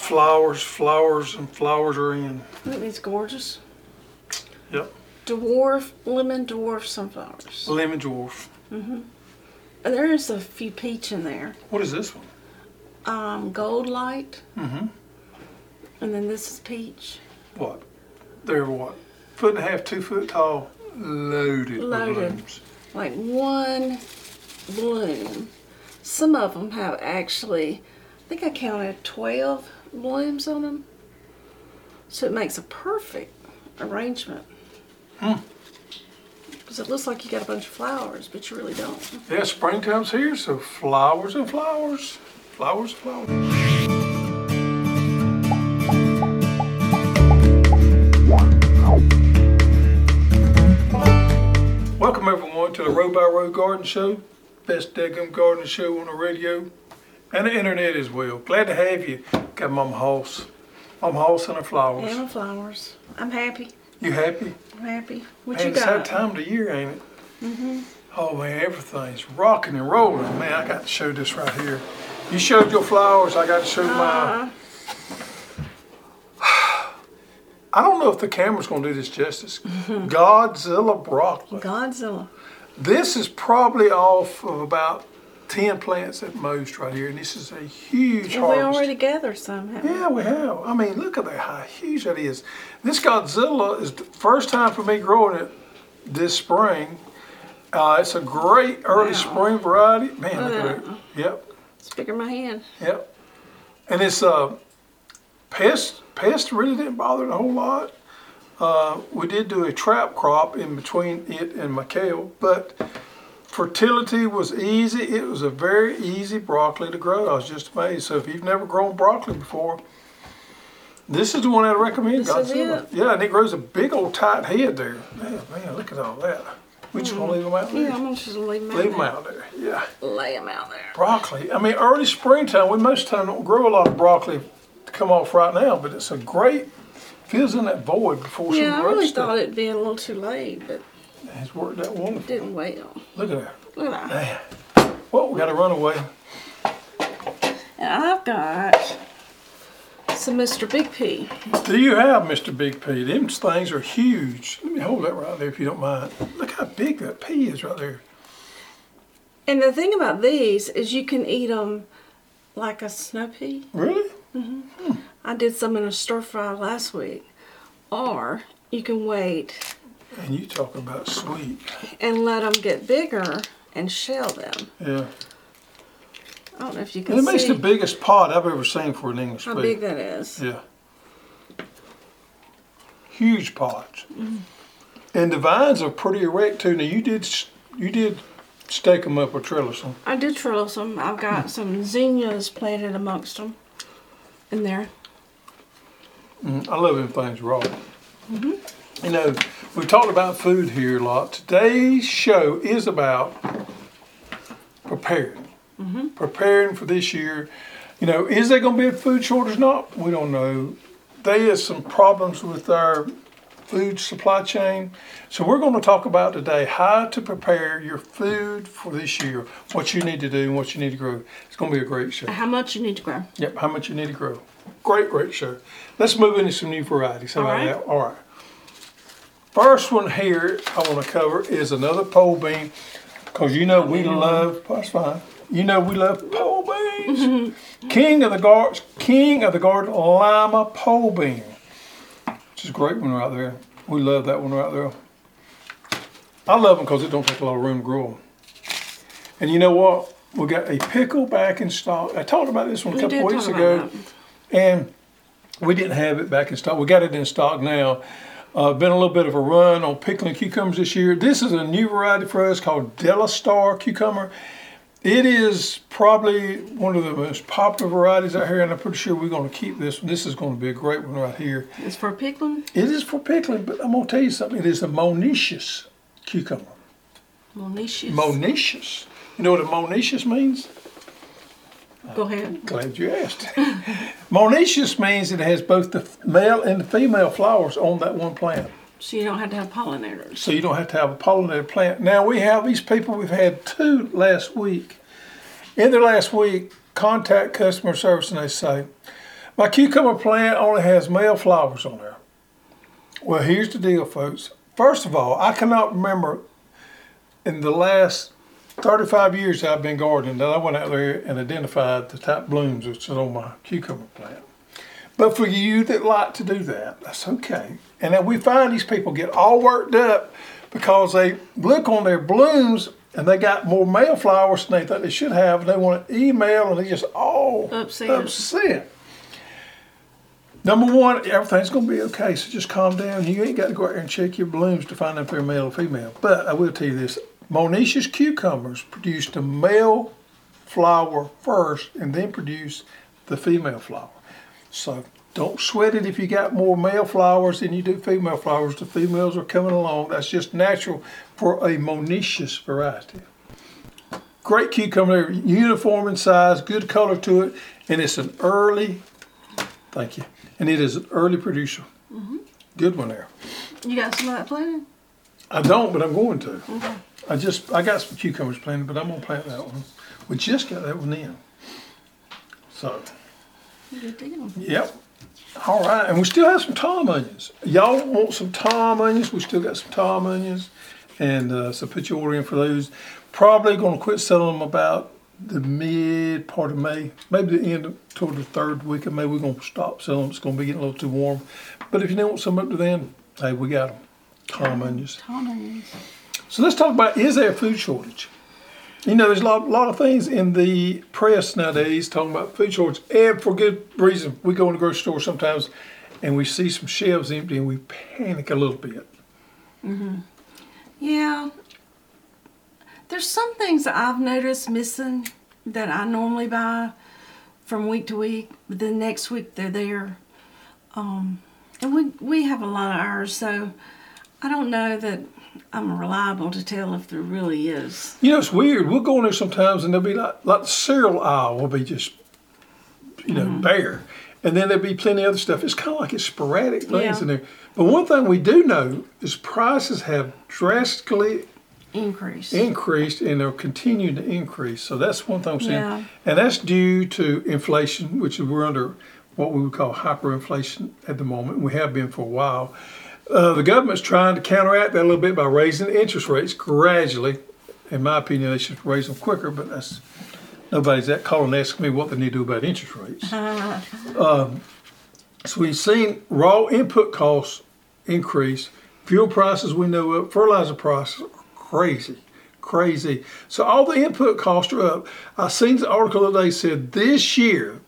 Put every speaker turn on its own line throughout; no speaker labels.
flowers, flowers, and flowers are in.
That means gorgeous.
Yep.
Dwarf, lemon dwarf sunflowers.
Lemon dwarf.
And there is a few peach in there.
What is this one?
Um, gold light.
Mhm.
And then this is peach.
What? They're what? Foot and a half, two foot tall, loaded,
Loaded.
with blooms.
Like one bloom. Some of them have actually, I think I counted 12 blooms on them. So it makes a perfect arrangement. Because it looks like you got a bunch of flowers, but you really don't.
Yeah, springtime's here, so flowers and flowers. Flowers, flowers. Welcome everyone to the Road by Road Garden Show, best daggum garden show on the radio and the internet as well. Glad to have you. Got Mom Hoss. Mom Hoss and her flowers.
And the flowers. I'm happy.
You happy?
I'm happy. What
Man,
you
it's that
got? Mm-hmm.
time of the year, ain't it? Oh man, everything's rocking and rolling. Man, I got to show this right here. You showed your flowers. I got to show my.
Uh, Uh-huh.
I don't know if the camera's gonna do this justice. Godzilla broccoli.
Godzilla.
This is probably off of about ten plants at most right here, and this is a huge
And we
harvest.
already gathered some, haven't we?
Yeah, we have. I mean, look at that, how huge that is. This Godzilla is the first time for me growing it this spring. Uh, it's a great early
Wow.
spring variety. Man, look at it.
Wow.
Yep,
It's bigger than my hand.
yep. And it's uh, pest. Pest really didn't bother it a whole lot. Uh, we did do a trap crop in between it and my kale, but fertility was easy. It was a very easy broccoli to grow. I was just amazed. So if you've never grown broccoli before, this is the one I'd recommend.
This is
Godzilla.
it.
Yeah, and it grows a big old tight head there. Man, man, look at all that. We just gonna leave them out there.
Yeah, I'm gonna just leave them out.
Leave them
there.
out there. Yeah,
Lay them out there.
broccoli. I mean, early springtime. We most time don't grow a lot of broccoli to come off right now, but it's a great fills in that void before some
Yeah, I
growth
really
stuff.
thought it'd be a little too late, but
It's worked out wonderful.
didn't well.
Look at that.
Look at that.
Man. Well, we got a runaway.
And I've got some Mr. Big P.
Do you have Mr. Big P? Them things are huge. Let me hold that right there if you don't mind. Look how big that pea is right there.
And the thing about these is you can eat them like a snow pea.
Really?
I did some in a stir fry last week. Or you can wait
And you talking about sweet.
and let them get bigger and shell them.
Yeah.
I don't know if you can
And it makes
see
the biggest pod I've ever seen for an English
how
pea.
big that is.
Yeah. Huge pods. And the vines are pretty erect too. Now you did s- you did stake them up or trellis them.
I did trillo some. I've got some zinnias planted amongst them in there.
I love them things raw. You know, we've talked about food here a lot. Today's show is about preparing, preparing for this year. You know, is there going to be a food shortage? or Not. We don't know. There is some problems with our food supply chain. So we're going to talk about today how to prepare your food for this year, what you need to do and what you need to grow. It's going to be a great show.
How much you need to grow?
Yep, how much you need to grow. Great, great show. Let's move into some new varieties. How
All
about
right.
that? All right. First one here I want to cover is another pole bean because you know
Mm-hmm.
we love, that's fine. You know we love pole beans.
Mm-hmm.
king of the garden, king of the garden, lima pole bean. Which is a great one right there. We love that one right there. I love them because it don't take a lot of room to grow 'em. And you know what? We got a pickle back in stock. I talked about this one a
We
couple
did
weeks
talk
ago.
about that.
And we didn't have it back in stock. We got it in stock now. Uh, been a little bit of a run on pickling cucumbers this year. This is a new variety for us called Delastar cucumber. It is probably one of the most popular varieties out here, and I'm pretty sure we're going to keep this one. This is going to be a great one right here.
It's for pickling.
It is for pickling, but I'm going to tell you something. It is a monoecious cucumber.
Monicious.
Monoecious. You know what a monoecious means?
Go ahead.
Glad you asked. Monoecious means it has both the male and the female flowers on that one plant.
So you don't have to have pollinators.
So you don't have to have a pollinator plant. Now we have these people, we've had two last week. In their last week, contact customer service and they say, My cucumber plant only has male flowers on there. Well, here's the deal, folks. First of all, I cannot remember in the last 35 years I've been gardening that I went out there and identified the type blooms that's on my cucumber plant. But for you that like to do that, that's okay. And then we find these people get all worked up because they look on their blooms and they got more male flowers than they think they should have, and they want to email and they just all
Upset.
upset. Number one, everything's gonna be okay, so just calm down. You ain't got to go out there and check your blooms to find out if they're male or female. But I will tell you this: Monoecious cucumbers produce the male flower first, and then produce the female flower. So don't sweat it if you got more male flowers than you do female flowers. The females are coming along. That's just natural for a monoecious variety. Great cucumber, they're uniform in size, good color to it, and it's an early. Thank you, and it is an early producer. Good one there.
You got some of that planted?
I don't, but I'm going to. I just I got some cucumbers planted, but I'm gonna plant that one. We just got that one in. So.
Good deal.
Yep. All right, and we still have some tom onions. Y'all want some tom onions? We still got some tom onions, and uh, so put your order in for those. Probably going to quit selling them about the mid part of May, maybe the end of, toward the third week of May. We're going to stop selling. 'em. It's going to be getting a little too warm, but if you don't want some up to then, hey, we got them. Tom onions.
Toners.
So let's talk about is there a food shortage? You know, there's a lot, lot of things in the press nowadays talking about food shortage, and for good reason. We go in the grocery store sometimes and we see some shelves empty and we panic a little bit.
Yeah. There's some things that I've noticed missing that I normally buy from week to week, but then next week they're there. Um, and we we have a lot of ours, so I don't know that I'm reliable to tell if there really is.
You know, it's weird. We'll go in there sometimes and there'll be like, like the cereal aisle will be just, you know, bare. And then there'll be plenty of other stuff. It's kind of like it's sporadic things
Yeah.
in there. But one thing we do know is prices have drastically
Increase.
increased and are continuing to increase. So that's one thing I'm seeing.
Yeah.
And that's due to inflation, which we're under what we would call hyperinflation at the moment. We have been for a while. Uh, the government's trying to counteract that a little bit by raising the interest rates gradually. In my opinion, they should raise them quicker, but that's nobody's that calling and asking me what they need to do about interest rates. So we've seen raw input costs increase, fuel prices we know up, fertilizer prices are crazy, crazy. So all the input costs are up. I seen the article the other day said this year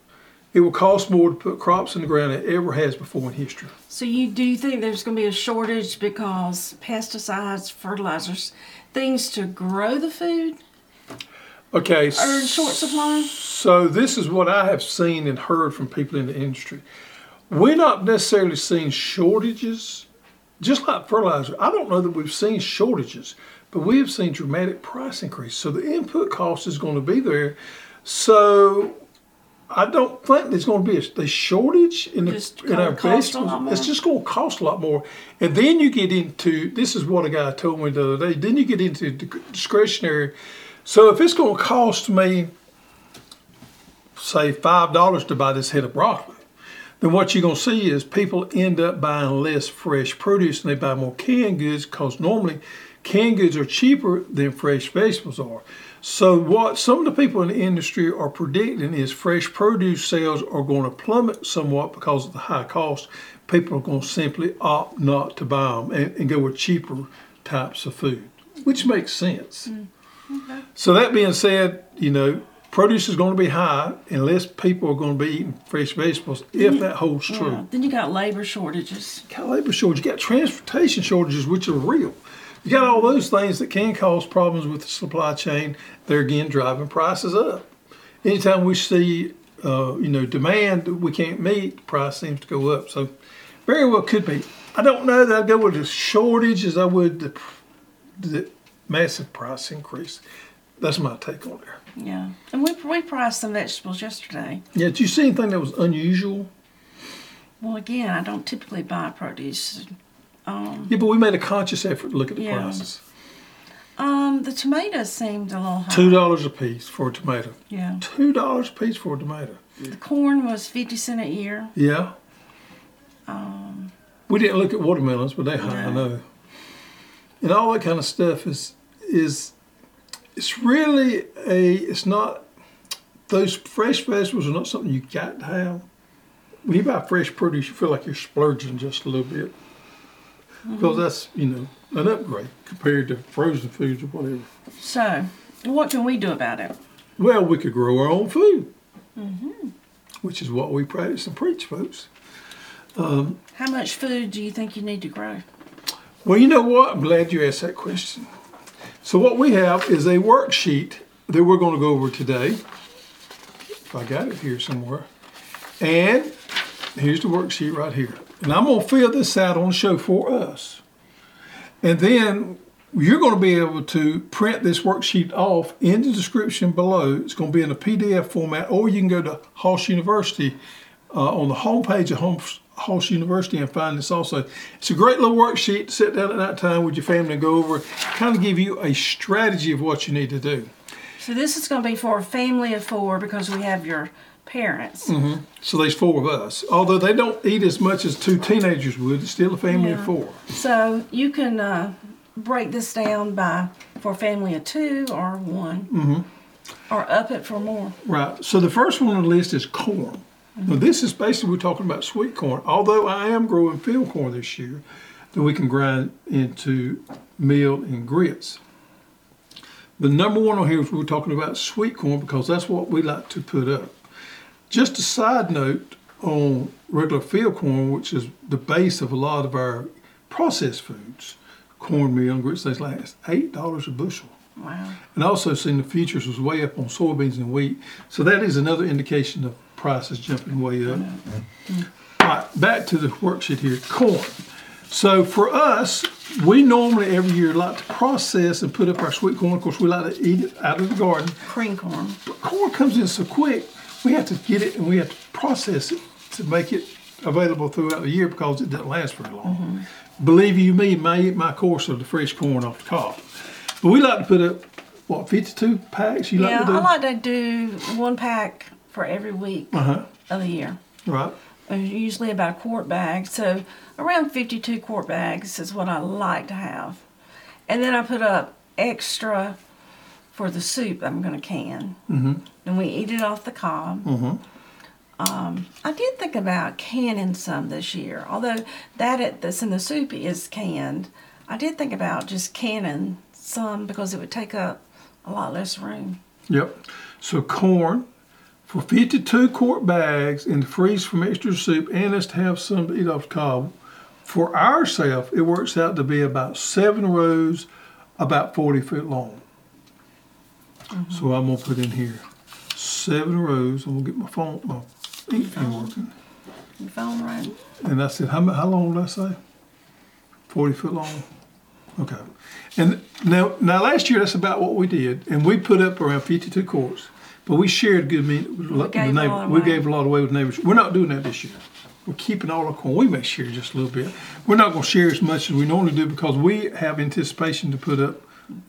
it will cost more to put crops in the ground than it ever has before in history.
So you do you think there's going to be a shortage because pesticides, fertilizers, things to grow the food
Okay,
are in short supply?
So this is what I have seen and heard from people in the industry. We're not necessarily seeing shortages, just like fertilizer. I don't know that we've seen shortages, but we have seen dramatic price increase. So the input cost is going to be there. So I don't think there's going to be a, a shortage in the
Just
in our
gonna cost a
vegetables.
lot more.
It's just going to cost a lot more. And then you get into this is what a guy told me the other day. Then you get into discretionary. So if it's going to cost me say five dollars to buy this head of broccoli, then what you're gonna see is people end up buying less fresh produce and they buy more canned goods because normally canned goods are cheaper than fresh vegetables are. So what some of the people in the industry are predicting is fresh produce sales are going to plummet somewhat because of the high cost. People are going to simply opt not to buy them and, and go with cheaper types of food, which makes sense. So that being said, you know, produce is going to be high unless people are going to be eating fresh vegetables. If that holds true,
Yeah. Then you got labor shortages.
got labor shortage, you got transportation shortages, which are real. You got all those things that can cause problems with the supply chain. They're again driving prices up. Anytime we see, uh, you know, demand that we can't meet, the price seems to go up. So, very well could be. I don't know that I'd go with the shortage as I would the, the massive price increase. That's my take on there.
Yeah. And we, we priced some vegetables yesterday.
Yeah, did you see anything that was unusual?
Well, again, I don't typically buy produce. Um,
Yeah, but we made a conscious effort to look at the
Yeah.
prices.
um, the tomatoes seemed a little high.
Two dollars a piece for a tomato.
Yeah.
Two dollars a piece for a tomato.
The corn was 50 cent a year.
Yeah. we didn't look at watermelons, but they high, I
No.
know. And all that kind of stuff is is it's really a it's not those fresh vegetables are not something you got to have. When you buy fresh produce, you feel like you're splurging just a little bit because that's you know an upgrade compared to frozen foods or whatever.
So, what can we do about it?
Well, we could grow our own food, which is what we practice and preach, folks.
How much food do you think you need to grow?
Well, you know what? I'm glad you asked that question. So, what we have is a worksheet that we're going to go over today. If I got it here somewhere. And here's the worksheet right here. And I'm going to fill this out on the show for us. And then you're going to be able to print this worksheet off in the description below. It's going to be in a PDF format, or you can go to Hoss University uh, on the homepage of Hoss- Hoss University and find this also. It's a great little worksheet to sit down at night time with your family and go over, kind of give you a strategy of what you need to do.
So, this is going to be for a family of four because we have your parents.
So there's four of us. Although they don't eat as much as two teenagers would, it's still a family
Yeah.
of four.
So, you can uh, break this down by for a family of two or one, or up it for more.
Right. So the first one on the list is corn. Now this is basically we're talking about sweet corn. Although I am growing field corn this year, that we can grind into meal and grits. The number one on here is we're talking about sweet corn because that's what we like to put up. Just a side note on regular field corn, which is the base of a lot of our processed foods, cornmeal and grits, things like that, it's eight dollars a bushel
Wow.
and also seen the futures was way up on soybeans and wheat. So that is another indication of prices jumping way up. All right, back to the worksheet here, corn. So for us, we normally every year like to process and put up our sweet corn. Of course, we like to eat it out of the garden.
Cream corn.
But corn comes in so quick, we have to get it and we have to process it to make it available throughout the year because it doesn't last very long.
Mm-hmm.
Believe you me, my my course of the fresh corn off the cob. But we like to put up what fifty-two packs. You like
yeah,
to do
I like to do one pack for every week
uh-huh.
of the year.
right?
Uh, Usually about a quart bag, so around 52 quart bags is what I like to have. And then I put up extra for the soup I'm going to can. Mm-hmm. And we eat it off the cob. Mm-hmm. Um, I did think about canning some this year, although that it, that's in the soup is canned. I did think about just canning some because it would take up a lot less room.
Yep. So corn for 52 quart bags and freeze from extra soup and us to have some to eat off the cob. For ourselves, it works out to be about seven rows, about 40 foot long. So I'm gonna put in here seven rows. I'm gonna get my phone, my ink pen working.
Your phone rang.
And I said, how, mu- how long did I say? 40 foot long? Okay. And now, now last year, that's about what we did. And we put up around 52 quarts, but we shared good meat. We
gave
neighbor,
all
we
away.
gave a lot away with neighbors. We're not doing that this year. We're keeping all our corn. We may share just a little bit. We're not going to share as much as we normally do because we have anticipation to put up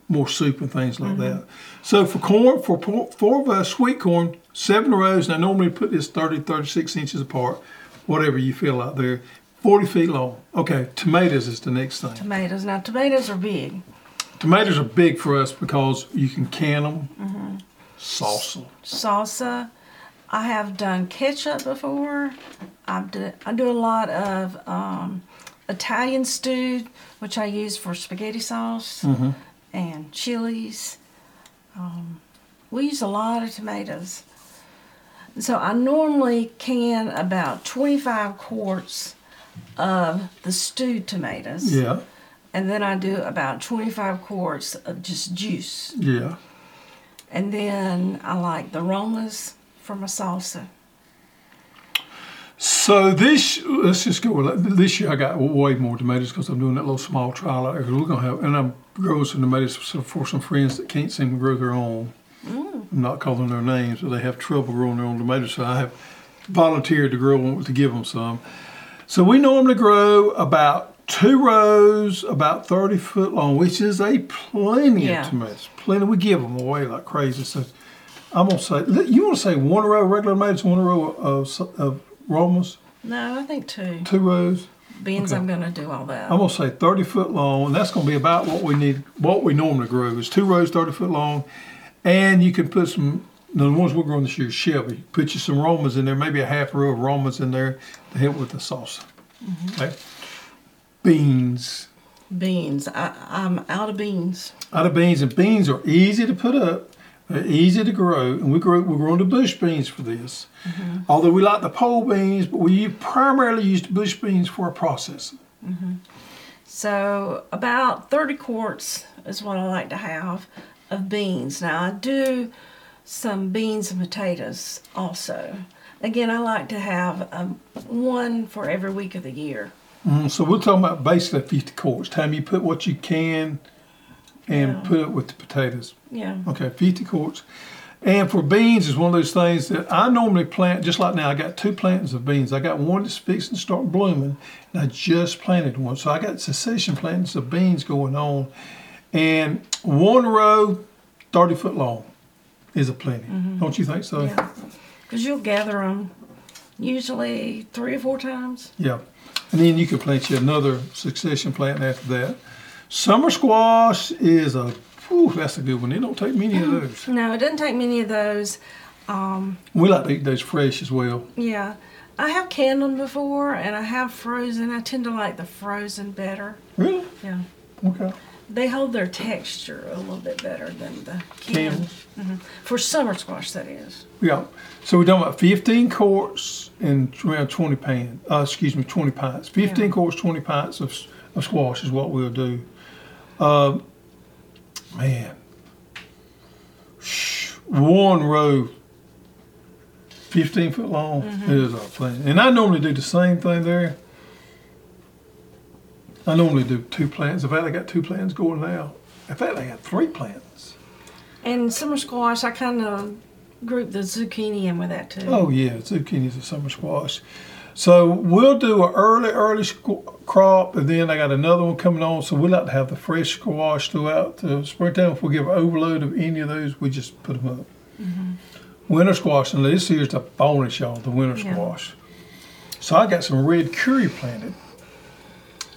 more soup and things like that. So for corn, for por- four of us, sweet corn, seven rows, and I normally put this 30, 36 inches apart, whatever you feel out there, 40 feet long. Okay, tomatoes is the next thing.
Tomatoes. Now, tomatoes are big.
Tomatoes are big for us because you can can them, sauce them.
salsa. I have done ketchup before. I've do, I do a lot of um, Italian stew, which I use for spaghetti sauce and chilies. Um, we use a lot of tomatoes. So I normally can about 25 quarts of the stewed tomatoes.
Yeah,
And then I do about 25 quarts of just juice.
yeah.
And then I like the Romas for my salsa.
So this, let's just go. with it. This year I got way more tomatoes because I'm doing that little small trial out here. We're gonna have, and I'm growing some tomatoes for some- for some friends that can't seem to grow their own. I'm not calling their names, but they have trouble growing their own tomatoes. So I have volunteered to grow to give them some. So we normally grow about two rows, about 30 foot long, which is a plenty
Yeah.
of tomatoes. Plenty. We give them away like crazy. So I'm gonna say li- you want to say one row of regular tomatoes, one row of, s- of Romans,
No, I think two.
two rows.
Beans,
Okay.
I'm going to do all that.
I'm gonna say 30 foot long. and That's gonna be about what we need, what we normally grow is two rows, 30 foot long, and you can put some. The ones we're growing this year, is Shelby, put you some Romans in there, maybe a half row of Romans in there to help with the sauce. Okay. Beans.
Beans. I, I'm out of beans.
Out of beans, and beans are easy to put up, they're easy to grow, and we grow we're growing the bush beans for this. Although we like the pole beans, but we primarily use the bush beans for our processing.
So about 30 quarts is what I like to have of beans. Now I do some beans and potatoes also. Again, I like to have um, one for every week of the year.
Mm, so we're talking about basically 50 quarts. Time you put what you can and
Yeah.
put it with the potatoes.
Yeah.
Okay, 50 quarts. And for beans is one of those things that I normally plant, just like now, I got two plantings of beans. I got one that's fixing to start blooming, and I just planted one. So I got succession plantings of beans going on. And one row, 30 foot long, is a plenty. Don't you think so?
Mm-hmm. Yeah. Because you'll gather them usually three or four times.
Yeah. And then you can plant you another succession plant after that. Summer squash is a, whew, that's a good one. It don't take many of those.
No, it doesn't take many of those. Um,
We like to eat those fresh as well.
yeah. I have canned them before and I have frozen. I tend to like the frozen better.
Really?
Yeah.
Okay.
They hold their texture a little bit better than the
Canned.
canned. Mhm. For summer squash, that is.
Yeah. So we're talking about 15 quarts and around 20 pan, uh, excuse me, 20 pints. 15
Yeah.
quarts, 20 pints of, s- of squash is what we'll do. Um, man. Shh. One row, 15 foot long is our plan. And I normally do the same thing there. I normally do two plants. In fact, I got two plants going now. In fact, I got three plants.
And summer squash, I kind of group the zucchini in with that too.
Oh yeah, zucchini's a summer squash. So we'll do an early, early squ- crop, and then I got another one coming on. So we like to have the fresh squash throughout the springtime. If we give an overload of any of those, we just put them up.
Mm-hmm.
Winter squash, and this here's the bonus, y'all, the winter
Yeah.
squash. So I got some red curry planted,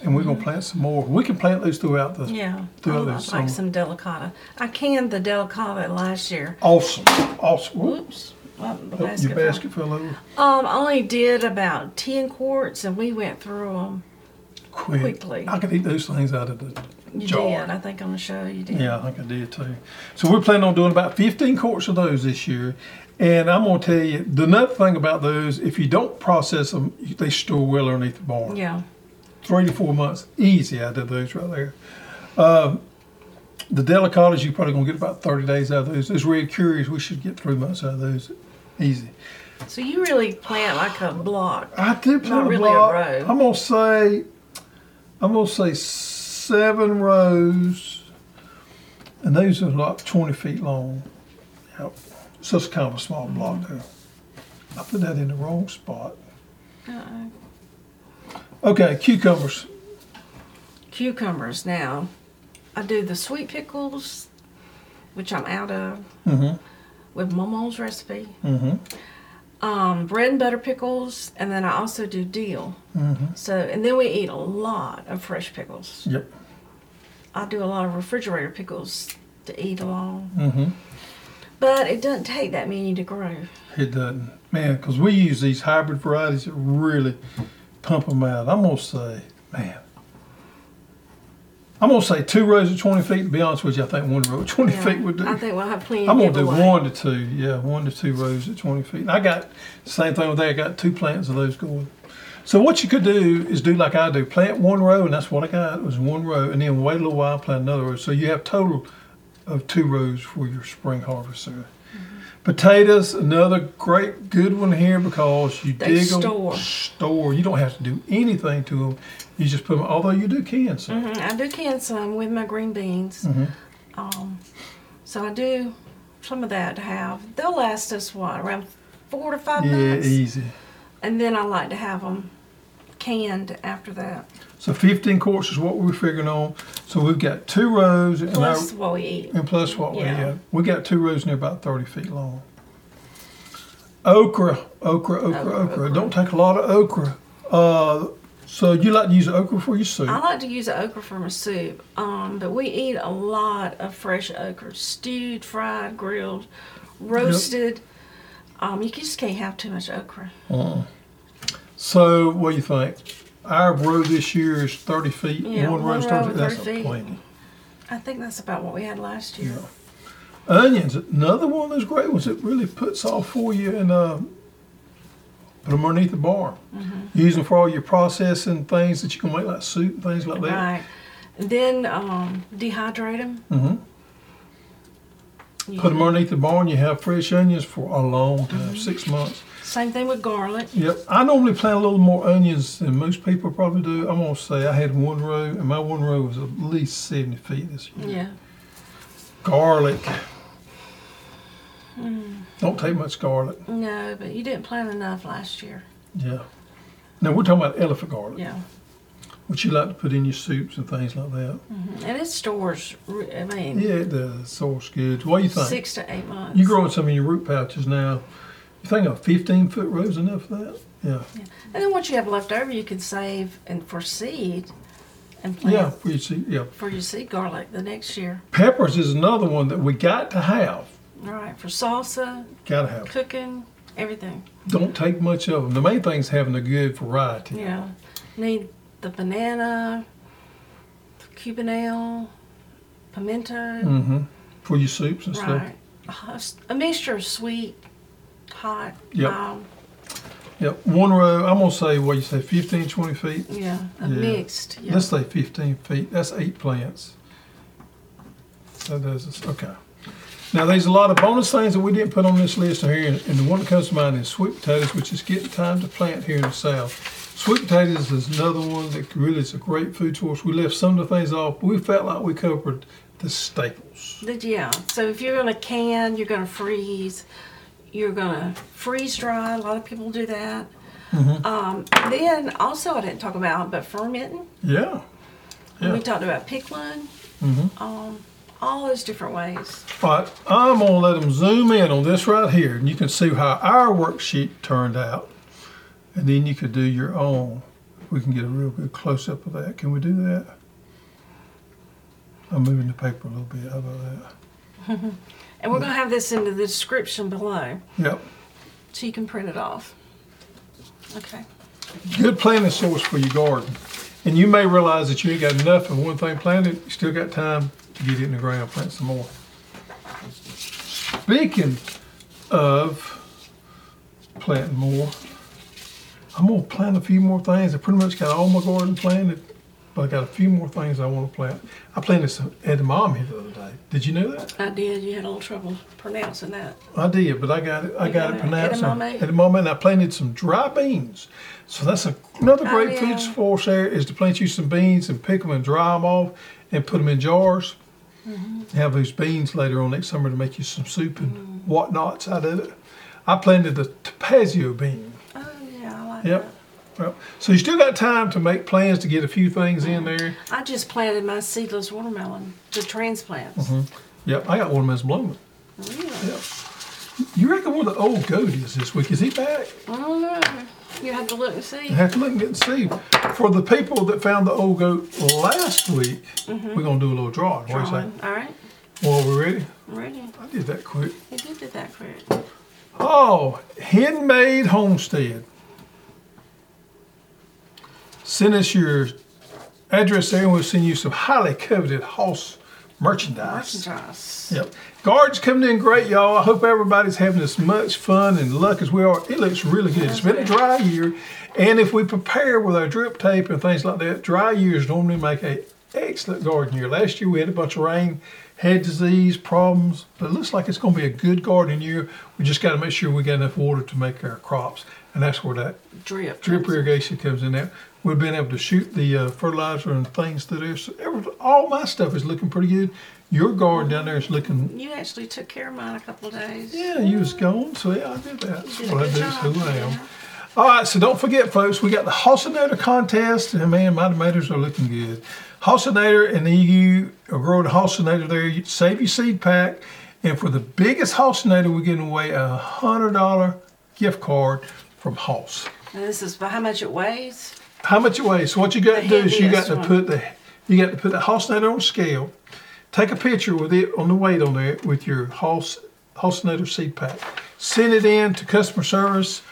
and we're gonna plant some more. We can plant those throughout the
Mm-hmm. Yeah. I
throughout the
like
summer.
some delicata. I canned the delicata last year.
Awesome, awesome. Whoop,
Oops. Well, the
oh,
basket
your
fell.
basket fell over.
Um, I only did about 10 quarts and we went through them.
Quick.
Quickly.
I could eat those things out of the
You
jar.
did. I think on the show you did.
Yeah, I think I did too. So we're planning on doing about 15 quarts of those this year. And I'm going to tell you, the another thing about those, if you don't process them, you- they store well underneath the barn.
Yeah.
Three to four months, easy out of those right there. Um, the delicatas, you're probably going to get about 30 days out of those. Those red curies, we should get three months out of those, easy.
So you really plant like a block.
I did plant
Not
a
really a
block.
row.
I'm gonna say, I'm gonna say seven rows, and those are like 20 feet long. Yep. So it's kind of a small block
Mm-hmm.
there. I put that in the wrong spot.
Uh-uh.
Okay, cucumbers.
Cucumbers now. I do the sweet pickles, which I'm out of
Mm-hmm.
with Mom's recipe.
Mm-hmm.
Um, bread and butter pickles, and then I also do dill.
Mm-hmm.
So, and then we eat a lot of fresh pickles.
Yep.
I do a lot of refrigerator pickles to eat along,
Mm-hmm.
but it doesn't take that many to grow.
It doesn't, man, because we use these hybrid varieties that really pump them out. I'm gonna say, man. I'm gonna say two rows of 20 feet. To be honest with you, I think one row of 20
Yeah.
feet would do.
I think we'll have plenty.
I'm
to
gonna
give
do
away.
one to two, yeah, one to two rows at 20 feet. And I got same thing with that. I got two plants of those going. So what you could do is do like I do, plant one row, and that's what I got was one row, and then wait a little while, plant another row. So you have total of two rows for your spring harvest there.
Mm-hmm.
Potatoes, another great good one here because you
They
dig 'em,
store.
store. You don't have to do anything to them. You just put them. Although you do can some.
Mhm, I do can some with my green beans.
Mhm.
Um, so I do some of that to have. They'll last us what around four to five
Yeah,
months,
easy.
and then I like to have them
canned after that.
So 15 quarts is what we're figuring on. So we've got two rows and, our-
Plus what we eat.
and plus what we
Yeah.
have. We got two rows and they're about 30 feet long. Okra, okra, okra, okra.
Okra, okra.
Don't take a lot of okra. Uh, so you like to use okra for your soup.
I like to use okra for my soup, um, but we eat a lot of fresh okra, stewed, fried, grilled, roasted. Um, you just can't have too much okra.
Uh-uh. So what do you think? Our row this year is 30 feet.
Yeah,
one row is
one
30
row
feet. That's
30 feet.
plenty.
I think that's about what we had last year.
Onions, another one of those great ones that really puts off for you and uh, put them underneath the bar.
Mm-hmm.
Use them for all your processing things that you can make like soup and things like that.
Right. Then um, dehydrate them.
Mhm. Put them underneath the bar and you have fresh onions for a long time,
Mm-hmm.
six months.
Same thing with garlic.
Yep, I normally plant a little more onions than most people probably do. I'm gonna say I had one row and my one row was at least 70 feet this year.
Yeah.
Garlic.
Hmm.
Don't take much garlic.
No, but you didn't plant enough last year.
Yeah. Now we're talking about elephant garlic,
Yeah.
which you like to put in your soups and things like that.
And it stores, re- I mean,
Yeah, it does. Source good. What do you think?
Mm. six to eight months.
You're growing some in your root pouches now. You think a 15 foot row is enough for that? Yeah.
And then what you have left over, you can save and for seed and plant
Yeah, we see. Yeah.
for your seed garlic the next year.
Peppers is another one that we got to have.
All right, for salsa,
Gotta have.
cooking, everything.
Don't take much of them. The main thing's having a good variety.
Yeah. Need the banana, Cuban ale, pimento,
Mm-hmm. For your soups and stuff.
Mm. right. A s- A mixture of sweet, hot,
Yep.
mild,
Yep. One row, I'm gonna say what you say, 15, 20 feet.
yeah, a
Yeah.
mixed. Yeah.
Let's say 15 feet. That's eight plants. So does this. Okay. Now, there's a lot of bonus things that we didn't put on this list here, and the one that comes to mind is sweet potatoes, which is getting time to plant here in the south. Sweet potatoes is another one that really is a great food source. We left some of the things off. We felt like we covered the staples.
Did- yeah. So if you're gonna can, you're gonna freeze. You're gonna freeze dry. A lot of people do that.
Mm-hmm.
Um, then also, I didn't talk about, but fermenting.
Yeah. Yeah. Mm-hmm.
We talked about pickling. Um, all those different ways.
All right, I'm gonna let them zoom in on this right here, and you can see how our worksheet turned out. And then you could do your own. We can get a real good close-up of that. Can we do that? I'm moving the paper a little bit. How about that?
And we're gonna have this into the description below,
Yep.
so you can print it off. Okay.
Good planting source for your garden. And you may realize that you ain't got enough of one thing planted. You still got time to get it in the ground, plant some more. Speaking of planting more, I'm gonna plant a few more things. I pretty much got all my garden planted, but I got a few more things I wanna plant. I planted some edamame the other day. Did you know that?
I did. You had a little trouble pronouncing that.
I did, but I got it. I
You
got
got
it
it.
pronounced
Edamame.
edamame, and I planted some dry beans. So that's a, another
Oh,
great
yeah.
food source there is to plant you some beans and pick them and dry them off and put them in jars.
Mm-hmm.
Have those beans later on next summer to make you some soup and
Mm.
whatnots out of it. I planted a tapazio bean.
Oh yeah, I like
Yep. Well, so you still got time to make plans to get a few things in there.
that. I just planted my seedless watermelon, the transplants.
Yep, I got one of those blooming. Mm-hmm.
Really?
Yep. You reckon where the old goat is this week? Is he back?
I don't know. You have to look and see.
You have to look and get and see. For the people that found the old goat last week, we're gonna do a little drawing. What do you say?
Um, All right,
Well, we ready?
I'm ready.
I did that quick.
You did do that quick.
Oh, handmade homestead. Send us your address there, and we'll send you some highly coveted house merchandise.
Merchandise.
Yep. Guards coming in great, y'all. I hope everybody's having as much fun and luck as we are. It looks really good. It's been a dry year, and if we prepare with our drip tape and things like that, dry years normally make a excellent garden year. Last year we had a bunch of rain, had disease problems, but it looks like it's going to be a good garden year. We just got to make sure we got enough water to make our crops, and that's where that
Drip.
drip irrigation comes in there. We've been able to shoot the uh, fertilizer and things through there. So every, all my stuff is looking pretty good. Your garden down there is looking.
You actually took care of mine a couple of days.
Yeah, you was gone, so yeah, I did that. That's
You did a
what I
good
do. It's who
job,
I am.
yeah.
All right, so don't forget, folks, we got the Halsonator contest, and man, my tomatoes are looking good. Halsonator and the EU are growing a Halsonator there. You save your seed pack, and for the biggest Halsonator, we're giving away a $100 gift card from Halse.
And this is how much it weighs.
How much it weighs? So what you got to do is you got
Yes,
to
right.
put the you got to put the Halsonator on scale, take a picture with it on the weight on there with your Hals Halsonator seed pack, send it in to customer service,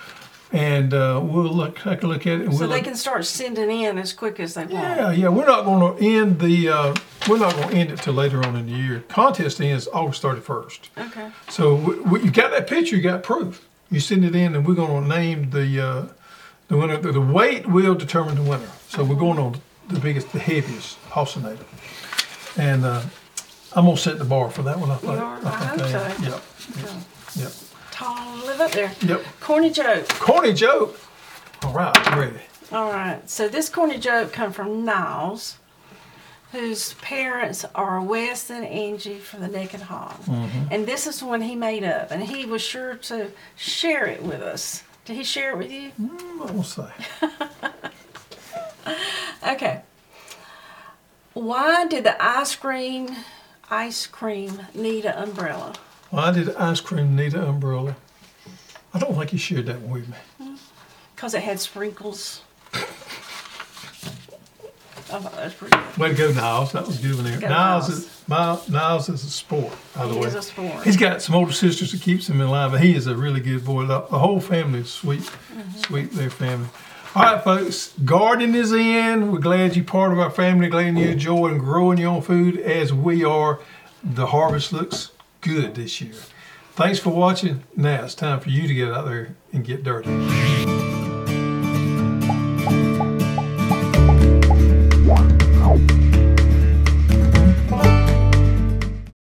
and uh, we'll look take a look at it. And
So
we'll
they
look-
can start sending in as quick as they want.
yeah, yeah, we're not going to end the uh, we're not going to end it till later on in the year. Contest ends August thirty first.
Okay.
So we, we, you got that picture, you got proof. You send it in, and we're going to name the uh, the winner. The, the weight will determine the winner. So we're going on the biggest, the heaviest halsonator, and uh, I'm going to set the bar for that one. I think.
are?
think
I hope
am.
so.
Yep. Yep.
Tall, live up there.
Yep.
Corny joke.
Corny joke. All right, I'm ready.
All right. So this corny joke come from Niles, whose parents are Wes and Angie from the Naked Hog, and this is one he made up, and he was sure to share it with us. Did he share it with you?
I'm going to say.
Okay. Why did the ice cream ice cream need an umbrella?
Why did ice cream need an umbrella? I don't think he shared that with me.
Because it had sprinkles. I thought that was pretty good.
Way to go, Niles. That was a good one there.
Go,
Niles,
Niles.
is Miles, Niles is a sport, by the
He
way.
is a sport.
He's got some older sisters that keeps him alive, but he is a really good boy. The, the whole family is sweet,
Mm-hmm.
sweet their family. All right, folks. Gardening is in. We're glad you're part of our family. Glad you enjoy and growing your own food as we are. The harvest looks good this year. Thanks for watching. Now it's time for you to get out there and get dirty.